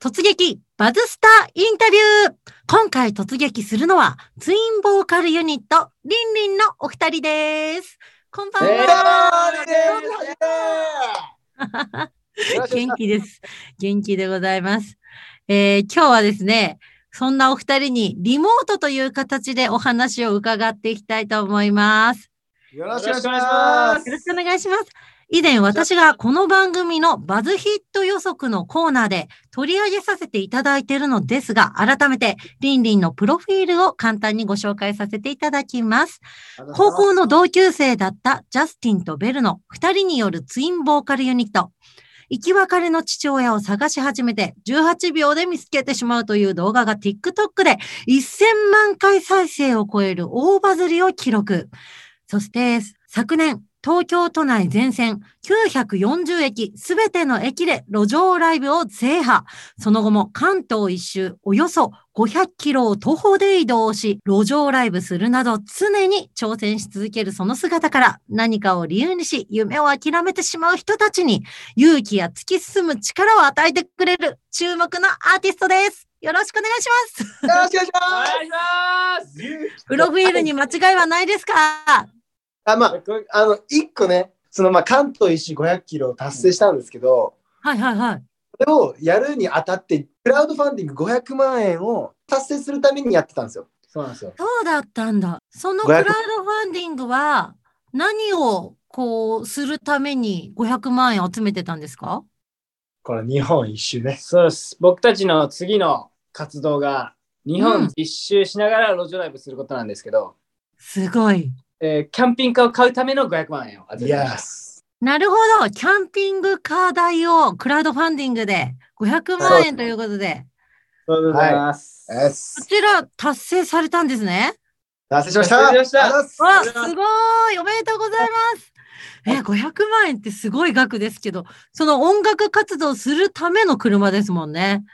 突撃バズスターインタビュー今回突撃するのは、ツインボーカルユニット、リンリンのお二人です。こ んばんえーは。よろしくお願いし元ます気です。元気でございます。えー今日はですね、そんなお二人にリモートという形でお話を伺っていきたいと思います。よろしくお願いしまよろしす。くお願いします。以前私がこの番組のバズヒット予測のコーナーで取り上げさせていただいているのですが、改めてリンリンのプロフィールを簡単にご紹介させていただきます。高校の同級生だったジャスティンとベルの2人によるツインボーカルユニット。生き別れの父親を探し始めて18秒で見つけてしまうという動画が TikTok で1000万回再生を超える大バズりを記録。そして昨年、東京都内全線940駅すべての駅で路上ライブを制覇。その後も関東一周およそ500キロを徒歩で移動し、路上ライブするなど常に挑戦し続けるその姿から何かを理由にし夢を諦めてしまう人たちに勇気や突き進む力を与えてくれる注目のアーティストです。よろしくお願いします。よろしくお願いしまお願いしますす。プロフィールに間違いはないですかあ、まあ、あの、一個ね、その、まあ、関東一周500キロを達成したんですけど、はいはいはい。それをやるにあたって、クラウドファンディング500万円を達成するためにやってたんですよ。そうなんですよ。そうだったんだ。その500クラウドファンディングは何をこうするために500万円集めてたんですかこれ、日本一周ね。そうです。僕たちの次の活動が、日本一周しながら路上ライブすることなんですけど、すごい。えーキャンピングカーを買うための500万円を預イけエました。ス。なるほど。キャンピングカー代をクラウドファンディングで500万円ということで、そうでございます。イエこス。ちら達成されたんですね。達成しました。達成しましたありがとうございますわ、ありすがとごうございますい。おめでとうございます。え、500万円ってすごい額ですけど、その音楽活動するための車ですもんね。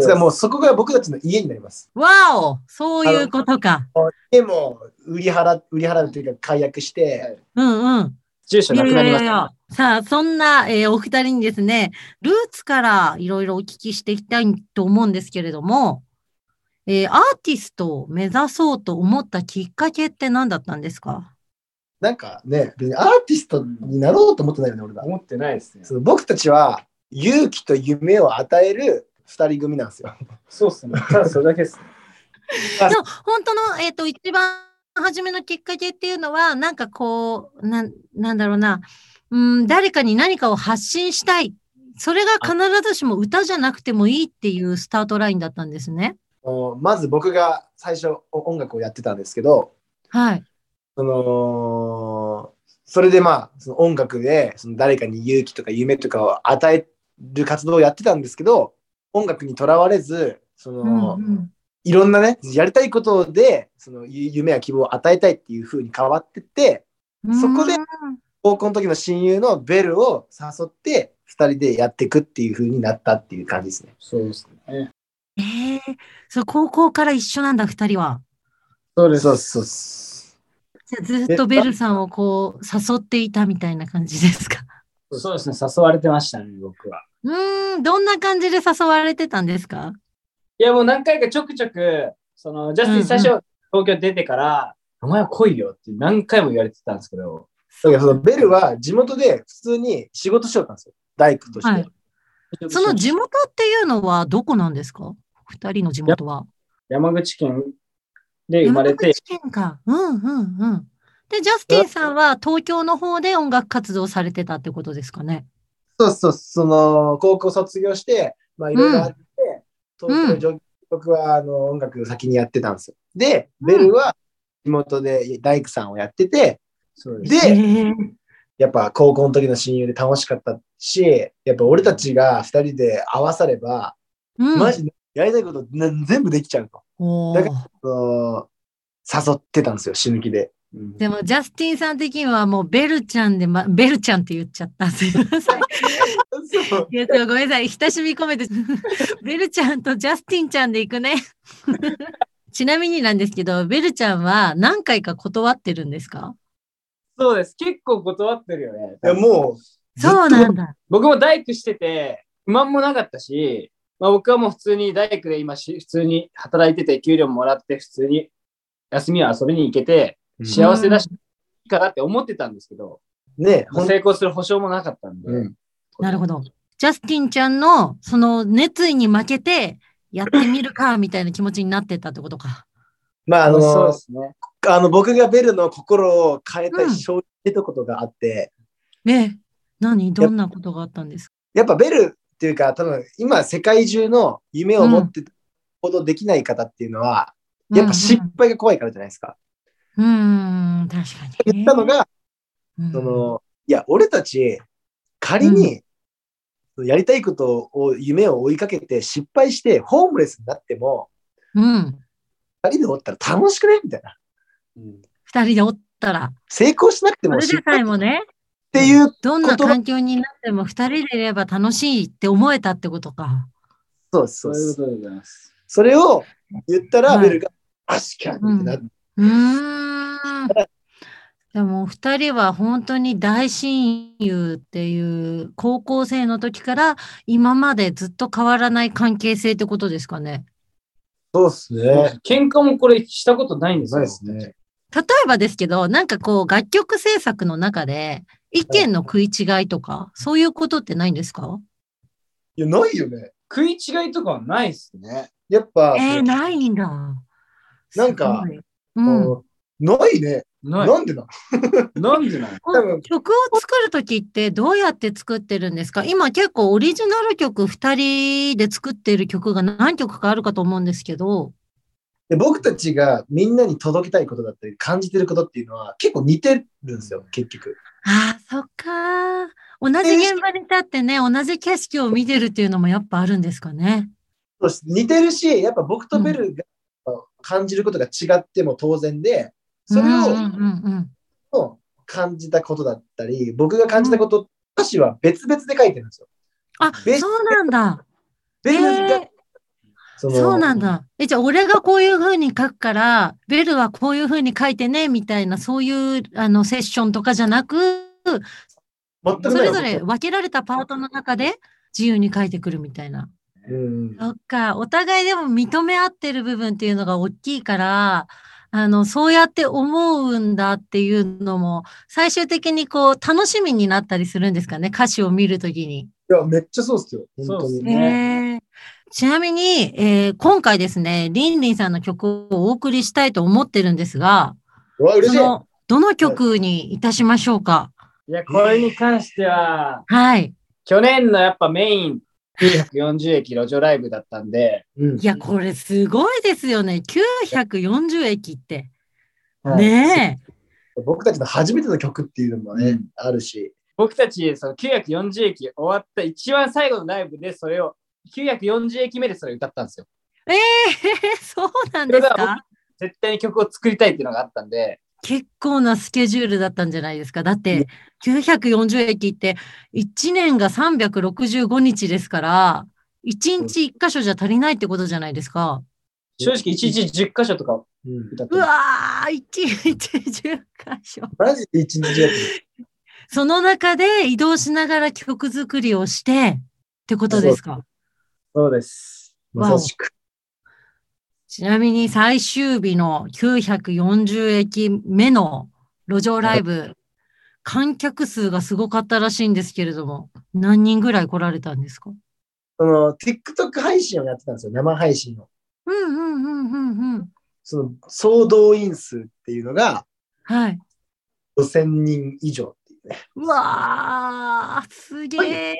つうかもうそこが僕たちの家になります。わお、そういうことか。でも売り払売り払うというか解約して、はういんうん。住所なくなりましいやいやいやた。さあ、そんな、えーお二人にですね、ルーツからいろいろお聞きしていきたいと思うんですけれども、えーアーティストを目指そうと思ったきっかけって何だったんですかなんかね別にアーティストになろうと思ってないよね俺ら、思ってないですねその僕たちは勇気と夢を与える二人組なんですよ。そうですね。ただそれだけです。あでも本当の、えっ、と、一番初めのきっかけっていうのは、なんかこう、なん、なんだろうな、うん、誰かに何かを発信したい。それが必ずしも歌じゃなくてもいいっていうスタートラインだったんですね。おまず僕が最初お音楽をやってたんですけどはい。そのそれでまあその音楽でその誰かに勇気とか夢とかを与える活動をやってたんですけど音楽にとらわれずその、うんうんいろんなねやりたいことでそのゆ夢や希望を与えたいっていう風に変わってってそこでうん高校の時の親友のベルを誘って2人でやっていくっていう風になったっていう感じですね。そうですね。ええそう、高校から一緒なんだ、二人は。そうです。そうそうそじゃあずっとベルさんをこう、誘っていたみたいな感じですか。そうですね。誘われてましたね、僕は。 うーん、どんな感じで誘われてたんですかいや、もう何回かちょくちょく、その、ジャスティン最初、東京出てから、お前は来いよって何回も言われてたんですけど、う。だからそのベルは地元で普通に仕事しようったんですよ。大工として。はいその地元っていうのはどこなんですか二人の地元は。山口県で生まれて、山口県か。うんうんうん。で、ジャスティンさんは東京の方で音楽活動されてたってことですかね。そうそう、その高校卒業して、まあいろいろあって、東京上京僕はあの音楽先にやってたんですよ。で、ベルは地元で大工さんをやってて、そうですで、えーやっぱ高校の時の親友で楽しかったし、やっぱ俺たちが2人で合わされば、うん、マジでやりたいことな全部できちゃうと。おだーかその誘ってたんですよ、死ぬ気で。うんでも、ジャスティンさん的にはもうベルちゃんで、ま、ベルちゃんって言っちゃった。すいません。そういやそうごめんなさい、親しみ込めて、 ベルちゃんとジャスティンちゃんで行くね。 ちなみになんですけど、ベルちゃんは何回か断ってるんですかそうです。結構断ってるよね。いやもう、ずっとそうなんだ。僕も大工してて、不満もなかったし、まあ、僕はもう普通に大工で今し、普通に働いてて、給料もらって、普通に休みは遊びに行けて、うん幸せだし、いいかなって思ってたんですけど、ね、ほん成功する保証もなかったんで、うんなるほど。ジャスティンちゃんの、その熱意に負けて、やってみるか、みたいな気持ちになってたってことか。まあ、あのそうですね。あの僕がベルの心を変えたうん衝撃的なことがあって、ええ、何どんなことがあったんですかやっぱベルっていうか、多分今世界中の夢を持ってほどできない方っていうのは、やっぱ失敗が怖いからじゃないですか。うんうん、うん、確かにね。言ったのが、うん、その、いや、俺たち、仮に、やりたいことを、夢を追いかけて失敗して、ホームレスになっても、うん。二人でおったら楽しくないみたいな。うん二人でおったら、成功しなくてそもれ失で敗さっえもね、ていう、どんな環境になっても二人でいれば楽しいって思えたってことか。そうですそそううでいうす。ことでございます。それを言ったら、はいベルが、確かにってなって、うーん。でも、二人は本当に大親友っていう、高校生の時から今までずっと変わらない関係性ってことですかね。そうですね。喧嘩もこれしたことないんですよ。ないですね。例えばですけど、なんかこう、楽曲制作の中で、意見の食い違いとか、そういうことってないんですかいや、ないよね。食い違いとかはないですね。やっぱ、えー、ないんだ。なんかすごい、うん。ないね。ななんでなのなんでなの多分曲を作るときってどうやって作ってるんですか今結構オリジナル曲2人で作ってる曲が何曲かあるかと思うんですけど。で僕たちがみんなに届けたいことだったり感じてることっていうのは結構似てるんですよ、結局。ああ、そっか。同じ現場に立ってね、同じ景色を見てるっていうのもやっぱあるんですかね。そうです似てるし、やっぱ僕とベルが感じることが違っても当然で、それうんうんをうんもう感じたことだったり、僕が感じたこと、歌詞は別々で書いてるんですよ。あ、ベそうなんだ。ベルえが、ーそのそうなんだ。え、じゃあ俺がこういう風に書くから、ベルはこういう風に書いてね、みたいな、そういうあのセッションとかじゃなく、全くそないれぞれ分けられたパートの中で自由に書いてくるみたいな。うんそっか、お互いでも認め合ってる部分っていうのが大きいから、あの、そうやって思うんだっていうのも、最終的にこう、楽しみになったりするんですかね、歌詞を見るときに。いや、めっちゃそうっすよ、本当そうっすに。ねへーちなみに、えー今回ですね、リンリンさんの曲をお送りしたいと思ってるんですが、うわ、嬉そしい。の、どの曲にいたしましょうかいや、これに関しては、はい。去年のやっぱメイン940駅路上ライブだったんで、うんいや、これすごいですよね。940駅って。はいねえ。僕たちの初めての曲っていうのもね、うんあるし、僕たちその940駅終わった一番最後のライブでそれを、940駅目でそれ歌ったんですよ。 そうなんですそれがか絶対に曲を作りたいっていうのがあったんで、結構なスケジュールだったんじゃないですか。だって、940駅って、1年が365日ですから、1日1箇所じゃ足りないってことじゃないですか。正直1日10箇所とかうん歌ってうまわー、1日10箇所。マジで一日やってるその中で移動しながら曲作りをして、ってことですかそうです。まさしく。ちなみに最終日の940駅目の路上ライブ、観客数がすごかったらしいんですけれども、何人ぐらい来られたんですかその TikTok 配信をやってたんですよ、生配信を。うんうんうんうんうん。その総動員数っていうのがはい。 5000人以上っていうね。うわー、すげえ。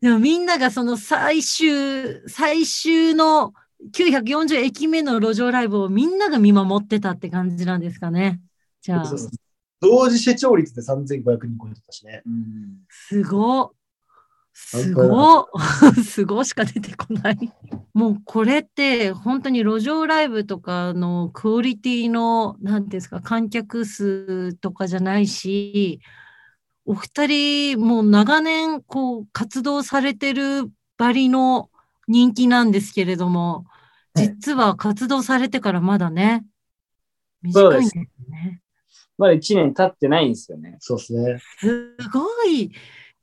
でもみんながその最終、最終の940駅目の路上ライブをみんなが見守ってたって感じなんですかね。じゃあそう、そう同時視聴率で3500人超えてたしね。うんすごっ。す本ご当っ すごっしか出てこない。もうこれって本当に路上ライブとかのクオリティの何ですか観客数とかじゃないし、お二人もう長年こう活動されてるばりの人気なんですけれども、はい実は活動されてからまだね、そ短ういんでですすね。まだ1年経ってないんですよね。そうですね。すごい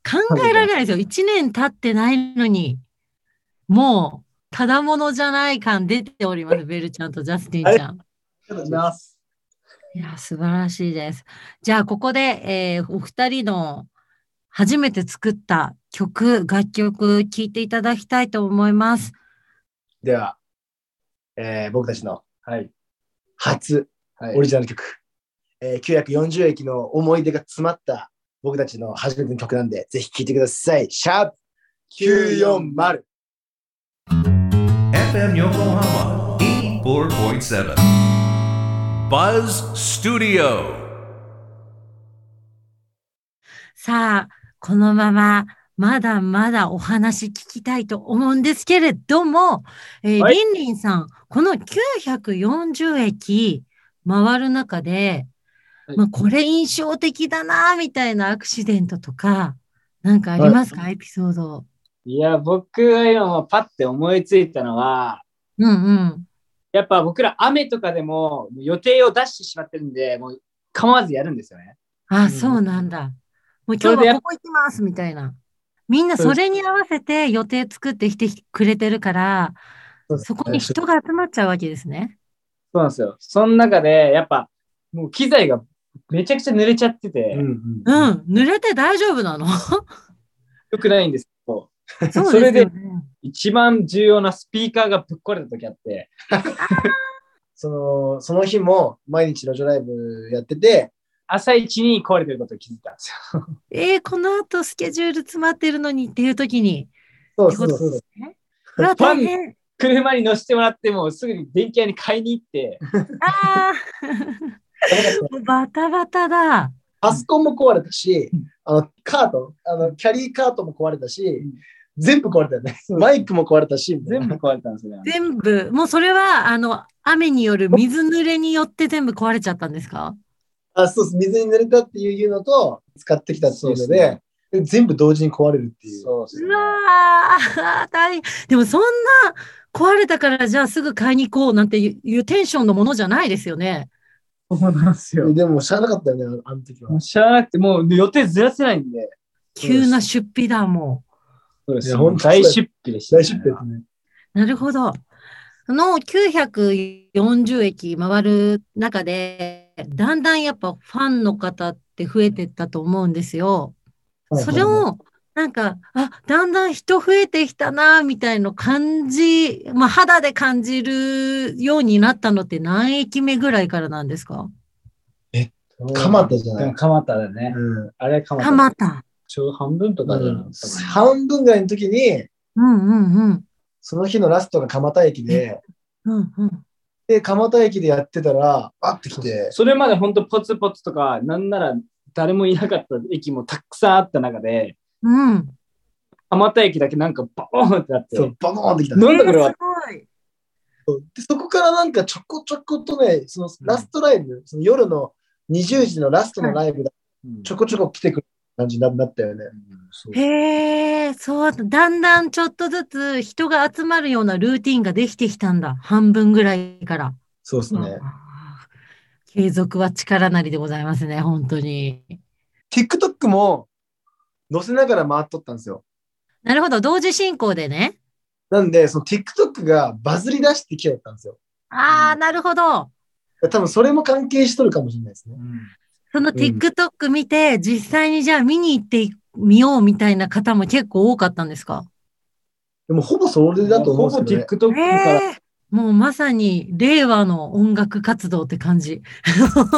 考えられないですよ。1年経ってないのに、もう、ただものじゃない感出ております。ベルちゃんとジャスティンちゃん。ありがとうございます。いや、素晴らしいです。じゃあ、ここで、えーお二人の初めて作った曲、楽曲、聴いていただきたいと思います。では、えー僕たちのはい。初はいオリジナル曲、えー940駅の思い出が詰まった僕たちの初めての曲なんで、ぜひ聴いてください。シャープ 940! FM Yokohama E 84.7. Buzz Studio. さあ、このまま、まだまだお話聞きたいと思うんですけれども、えーはいリンリンさん、この940駅回る中で、はいまあ、これ印象的だな、みたいなアクシデントとか、なんかありますか、エピソード。いや、僕が今、パッて思いついたのは、うんうん。やっぱ僕ら雨とかでももう予定を出してしまってるんで、もう構わずやるんですよね。あ、んそうなんだ。もう今それで日やはっここ行きます、みたいな。みんなそれに合わせて予定作ってきてくれてるから、そこに人が集まっちゃうわけですね。そうなんですよ。その中で、やっぱ、もう機材がめちゃくちゃ濡れちゃってて、うんうんうん、濡れて大丈夫 なの良くないんですけど、そうそれでですよね。一番重要なスピーカーがぶっ壊れた時あって、その、その日も毎日路上ライブやってて、朝一に壊れてることを気づいたんですよ。えー、この後スケジュール詰まってるのにっていう時に。そうってこそとうそうですね。うわ、大変。車に乗せてもらって、もうすぐに電気屋に買いに行って、あ あ、もうバタバタだ。パソコンも壊れたし、あの、カート、あの、キャリーカートも壊れたしん、全部壊れたよね。マイクも壊れたし、みたいな全部壊れたんです よね。全部、もうそれは、あの、雨による水濡れによって全部壊れちゃったんですかあ、そうです。水に濡れたっていうのと、使ってきたっていうそのうですで、全部同時に壊れるっていう。そうですうね。わー、大変。でもそんな壊れたから、じゃあすぐ買いに行こうなんていういうテンションのものじゃないですよね。そうなんですよ。でも、知らなかったよね、あのあの時はもう。知らなくて、もう予定ずらせないんで。急な出費だもん。そうですいや、本当大出費でした、大失敗ですね。なるほど。あの940駅回る中で、だんだんやっぱファンの方って増えてったと思うんですよ。それを、なんか、あ、だんだん人増えてきたな、みたいの感じ、まあ肌で感じるようになったのって何駅目ぐらいからなんですか蒲田じゃでないも。蒲田だね。うんあれ蒲田。蒲田。ちょうど半分とかじゃなかったかな半分ぐらいの時に、うんうんうん。その日のラストが蒲田駅で、うんうん。で、蒲田駅でやってたら、あってきて、それまで本当ポツポツとか、なんなら誰もいなかった駅もたくさんあった中で、うん。蒲田駅だけなんかバーンってなって、そう、バコーンってきたなんだこれはえーすごい。でそこからなんかちょこちょことね、そのラストライブ、その夜の20時のラストのライブだ、う んちょこちょこ来てくる感じになったよね。そうへえ、そうだ、だんだんちょっとずつ人が集まるようなルーティンができてきたんだ。半分ぐらいから。そうですね。あー継続は力なりでございますね、本当に。 TikTok も載せながら回っとったんですよ。なるほど、同時進行でね。なんで、その TikTok がバズり出してきちゃったんですよ。ああ、なるほど。多分それも関係しとるかもしれないですね。その TikTok 見て、実際にじゃあ見に行ってみようみたいな方も結構多かったんですかでもほぼそれだと思うんですよ、ね。ほぼ TikTok へからえ、もうまさに令和の音楽活動って感じ。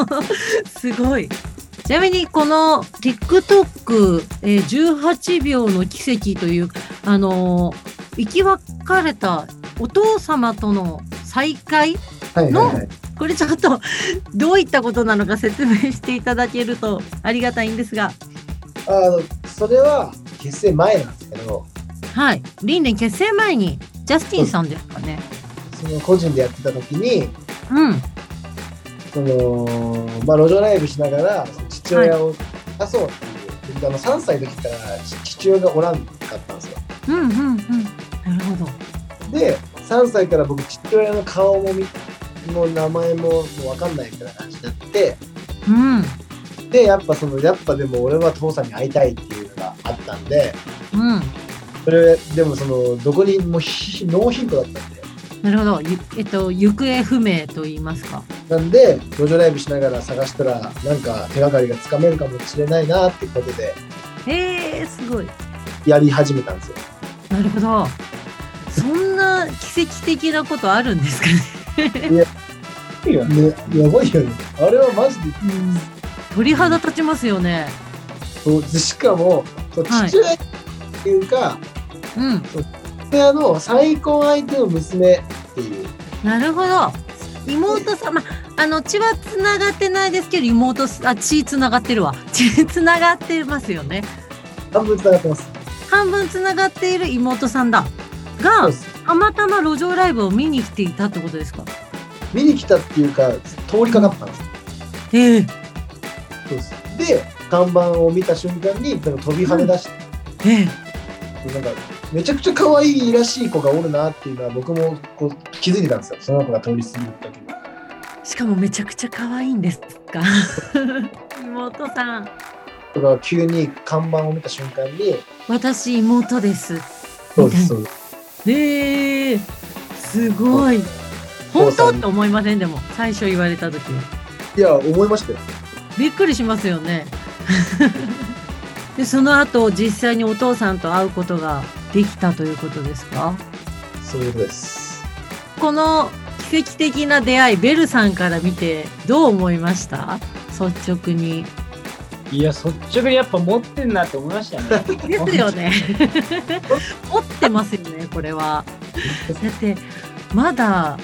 すごい。ちなみにこの TikTok、えー18秒の奇跡という、あのー生き別れたお父様との再会はいはいはい。これちょっとどういったことなのか説明していただけるとありがたいんですが、あの、それは結成前なんですけど、はい。リンレン結成前にジャスティンさんですかね。その個人でやってた時に、うん。その、まあ路上ライブしながら、その父親を出そうっていう。であの3歳の時から父親がおらんかったんですよ。うんうんうん。なるほど。で、3歳から僕父親の顔も見もう名前ももうわかんないみたいな感じになって、うん。でやっぱそのやっぱでも俺は父さんに会いたいっていうのがあったんでうん。それでもそのどこにもうひノーヒントだったんでなるほど。ゆえっと、行方不明と言いますか。なんで路上ライブしながら探したらなんか手がかりがつかめるかもしれないなっていうことでえー、すごい。やり始めたんですよなるほど。そんな奇跡的なことあるんですかね。いいよねね、やばいよね。あれはマジで。うん、鳥肌立ちますよね。そうでしかも、そうはい父親っていうか、うん。父親の再婚相手の娘っていう。なるほど。妹さん、まあの血はつながってないですけど、妹すあ血つながってるわ。血つながってますよね。半分繋がってます。半分つながっている妹さんだ。がそうで、すたまたま路上ライブを見に来ていたってことですか。見に来たっていうか、通りかかったんですよ。ええそうですで、看板を見た瞬間に、なんか飛び跳ね出して、ええなんか、めちゃくちゃ可愛いらしい子がおるなっていうのは、僕もこう気づいてたんですよ。その子が通り過ぎた時に。しかもめちゃくちゃ可愛いんですか。妹さん、とか、急に看板を見た瞬間に、私妹です。そうです、そうです。ええすごい。本当って思いませんでも最初言われた時いや、思いましたよ。びっくりしますよね。 でその後実際にお父さんと会うことができたということですか。そういうことです。この奇跡的な出会いベルさんから見てどう思いました？率直に。いや、率直にやっぱ持ってんなって思いました ね。ですよね。持ってますよね、これは。だって、まだ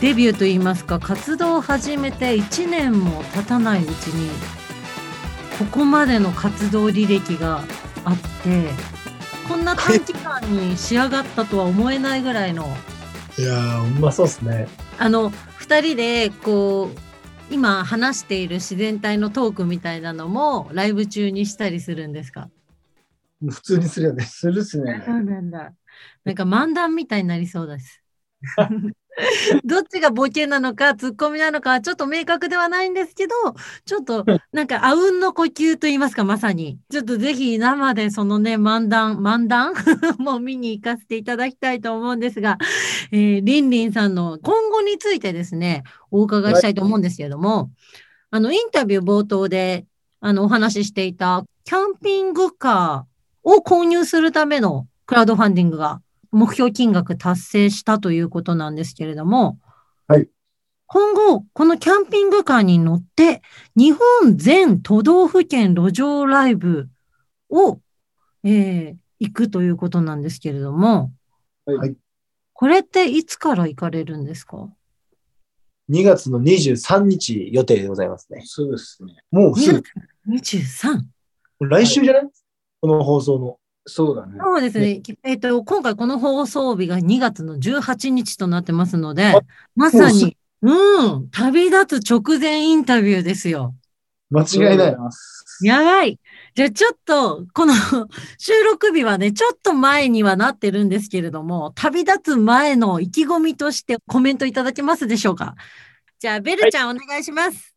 デビューといいますか、活動を始めて1年も経たないうちに、ここまでの活動履歴があって、こんな短期間に仕上がったとは思えないぐらいの、いやー、ほんまそうですね。あの、2人で、こう、今話している自然体のトークみたいなのもライブ中にしたりするんですか普通にするよね。するっすね。そうなんだ。なんか漫談みたいになりそう です。どっちがボケなのかツッコミなのかはちょっと明確ではないんですけどちょっとなんかあうんの呼吸と言いますかまさにちょっとぜひ生でそのね漫談漫談 もう見に行かせていただきたいと思うんですが、えー、リンリンさんの今後についてですねお伺いしたいと思うんですけれども、あのインタビュー冒頭であのお話ししていたキャンピングカーを購入するためのクラウドファンディングが目標金額達成したということなんですけれども、はい。今後、このキャンピングカーに乗って、日本全都道府県路上ライブを、えー行くということなんですけれども、はい。これっていつから行かれるんですか2月の23日予定でございますね。そうですね。もうす ?2 ぐ、月 23? 来週じゃない、この放送の。そうだね。そうですね。えっ、と、今回この放送日が2月の18日となってますのであ、まさもに、うん、旅立つ直前インタビューですよ。間違いない。やばい。じゃあちょっと、この 収録日はね、ちょっと前にはなってるんですけれども、旅立つ前の意気込みとしてコメントいただけますでしょうか。じゃあ、ベルちゃん、お願いします。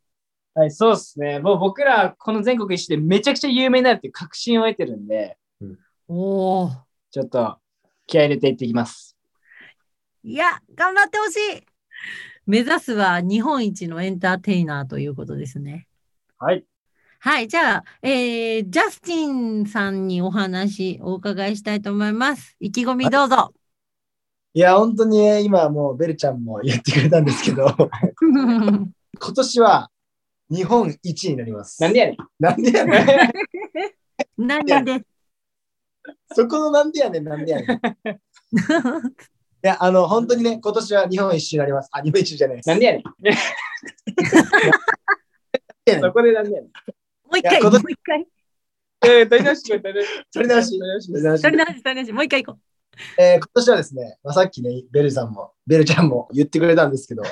はい、そうですね。もう僕ら、この全国一周でめちゃくちゃ有名になるっていう確信を得てるんで、おー。ちょっと気合い入れていってきます。いや、頑張ってほしい。目指すは日本一のエンターテイナーということですね。はい。はい、じゃあ、えー、ジャスティンさんにお話お伺いしたいと思います。意気込みどう ぞ。いや、本当にね今もうベルちゃんも言ってくれたんですけど、 今年は日本一になります。なんでやねん。 なんでやねん。何で そこのなんでやねん、なんでやねん。いや、あの、本当にね、今年は日本一周になります。あ、日本一周じゃないです。なんでやねん。やねん そこでなんでやねもん。う一回、いもや今う年一回。えー、取り直し、取り直し。取り直し。取り直し、取り直し、もう一回行こえー今年はですね、まあ、さっきね、ベルさんも、ベルちゃんも言ってくれたんですけど、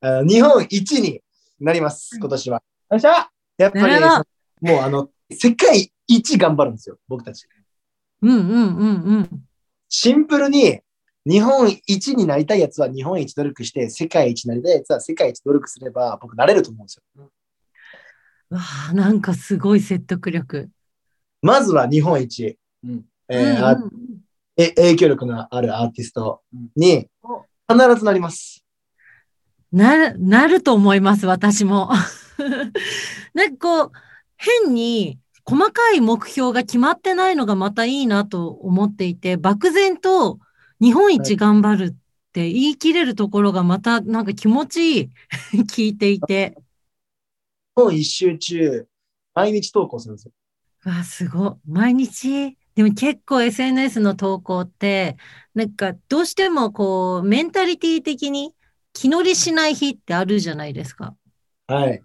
あの日本一になります、今年は。よっしゃやっぱり、なるほもうあの、世界一頑張るんですよ、僕たち。う。うんうんうんうん。シンプルに、日本一になりたいやつは日本一努力して、世界一になりたいやつは世界一努力すれば、僕なれると思うんですよ。わあ、なんかすごい説得力。まずは日本一。うんえーうんあうんえ影響力のあるアーティストに必ずなります。なる、なると思います、私も。 なんかこう、変に細かい目標が決まってないのがまたいいなと思っていて、漠然と日本一頑張るって言い切れるところがまたなんか気持ちい い聞いていて。日本一周中、毎日投稿するんですよ。うわ、すごい。毎日。でも結構 SNS の投稿って、なんかどうしてもこう、メンタリティ的に気乗りしない日ってあるじゃないですか。はい。はい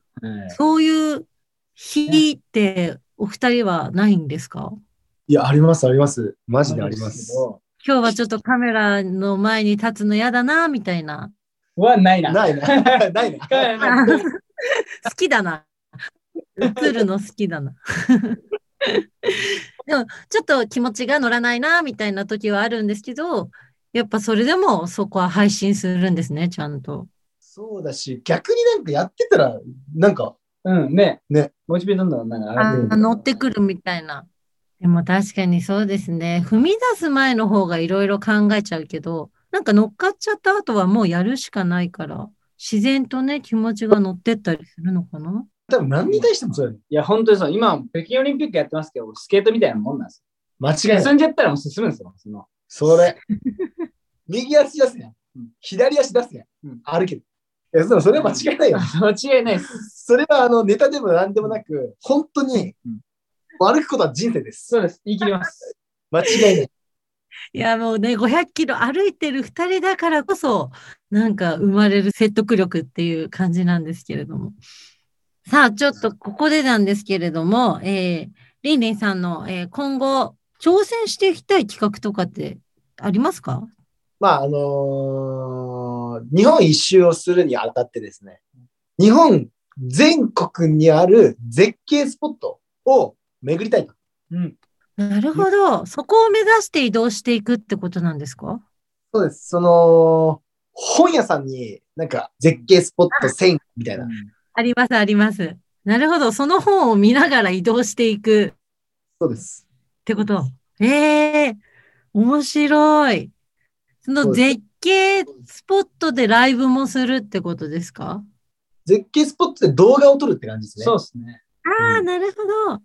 そういう日ってお二人はないんですかいや、あります、あります。マジであります。今日はちょっとカメラの前に立つの嫌だな、みたいな。はないな。ないな。ない な。ないな 好きだな。映るの好きだな。 でも、ちょっと気持ちが乗らないな、みたいな時はあるんですけど、やっぱそれでもそこは配信するんですね、ちゃんと。そうだし、逆になんかやってたら、なんか、うん、ね。ね。モチベどんどんなんか上があってくーる。乗ってくるみたいな。でも確かにそうですね。踏み出す前の方がいろいろ考えちゃうけど、なんか乗っかっちゃった後はもうやるしかないから、自然とね、気持ちが乗ってったりするのかな多分何に対してもそうやねいや、本当にそう。今、北京オリンピックやってますけど、スケートみたいなもんなんです間違いよ。ない。進んじゃったらもう進むんですよ。そのそれ。右足出すねうん。左足出すねうん。歩ける。いや、それそれは間違いないよ。間違いないです。それはあのネタでも何でもなく、本当にうん歩くことは人生です。そうです。言い切ります。間違いない。いや、もうね、500キロ歩いてる2人だからこそ、なんか生まれる説得力っていう感じなんですけれども。さあ、ちょっとここでなんですけれども、えー、リンリンさんの、えー今後、挑戦していきたい企画とかってありますかまあ、あのー日本一周をするにあたってですね、日本全国にある絶景スポットを巡りたいと。うん。なるほど。そこを目指して移動していくってことなんですかそうです。その、本屋さんになんか絶景スポット1000みたいな。あります、あります。なるほど。その本を見ながら移動していくっそうです。てこと。ええ面白い。そのそうで絶景スポットでライブもするってことですか絶景スポットで動画を撮るって感じですね。そうですね。ああ、なるほど。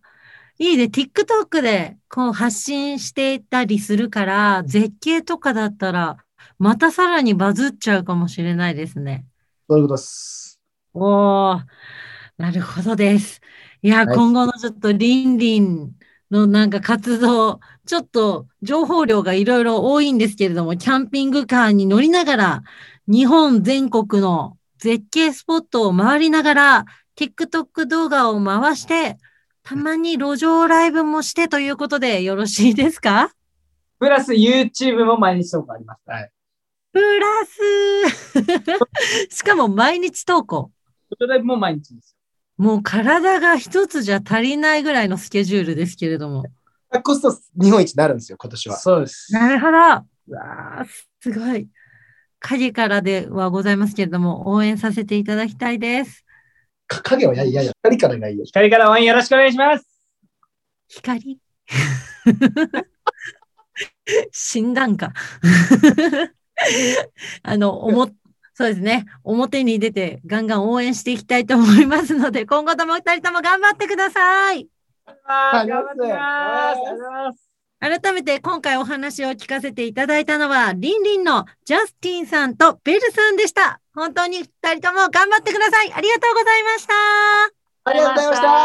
いいね。TikTok でこう発信していたりするから、絶景とかだったら、またさらにバズっちゃうかもしれないですね。そういうことです。おー、なるほどです。いや、はい今後のちょっとリンリンのなんか活動、ちょっと情報量がいろいろ多いんですけれども、キャンピングカーに乗りながら、日本全国の絶景スポットを回りながら、TikTok 動画を回して、たまに路上ライブもしてということでよろしいですかプラス YouTube も毎日投稿あります。はい。プラス しかも毎日投稿。フォトライブも毎日です。もう体が一つじゃ足りないぐらいのスケジュールですけれども。だからこそ日本一になるんですよ、今年は。そうです。なるほど。うわあ、すごい。影からではございますけれども、応援させていただきたいです。か影はやいやいや、光からがいいよ。光から応援よろしくお願いします。 光診断か。 あの、おも、そうですね。表に出てガンガン応援していきたいと思いますので、今後ともお二人とも頑張ってください。ありがとうございますりがとうございます。改めて今回お話を聞かせていただいたのは、リンリンのジャスティンさんとベルさんでした。本当に二人とも頑張ってください。ありがとうございました。ありがとうございました。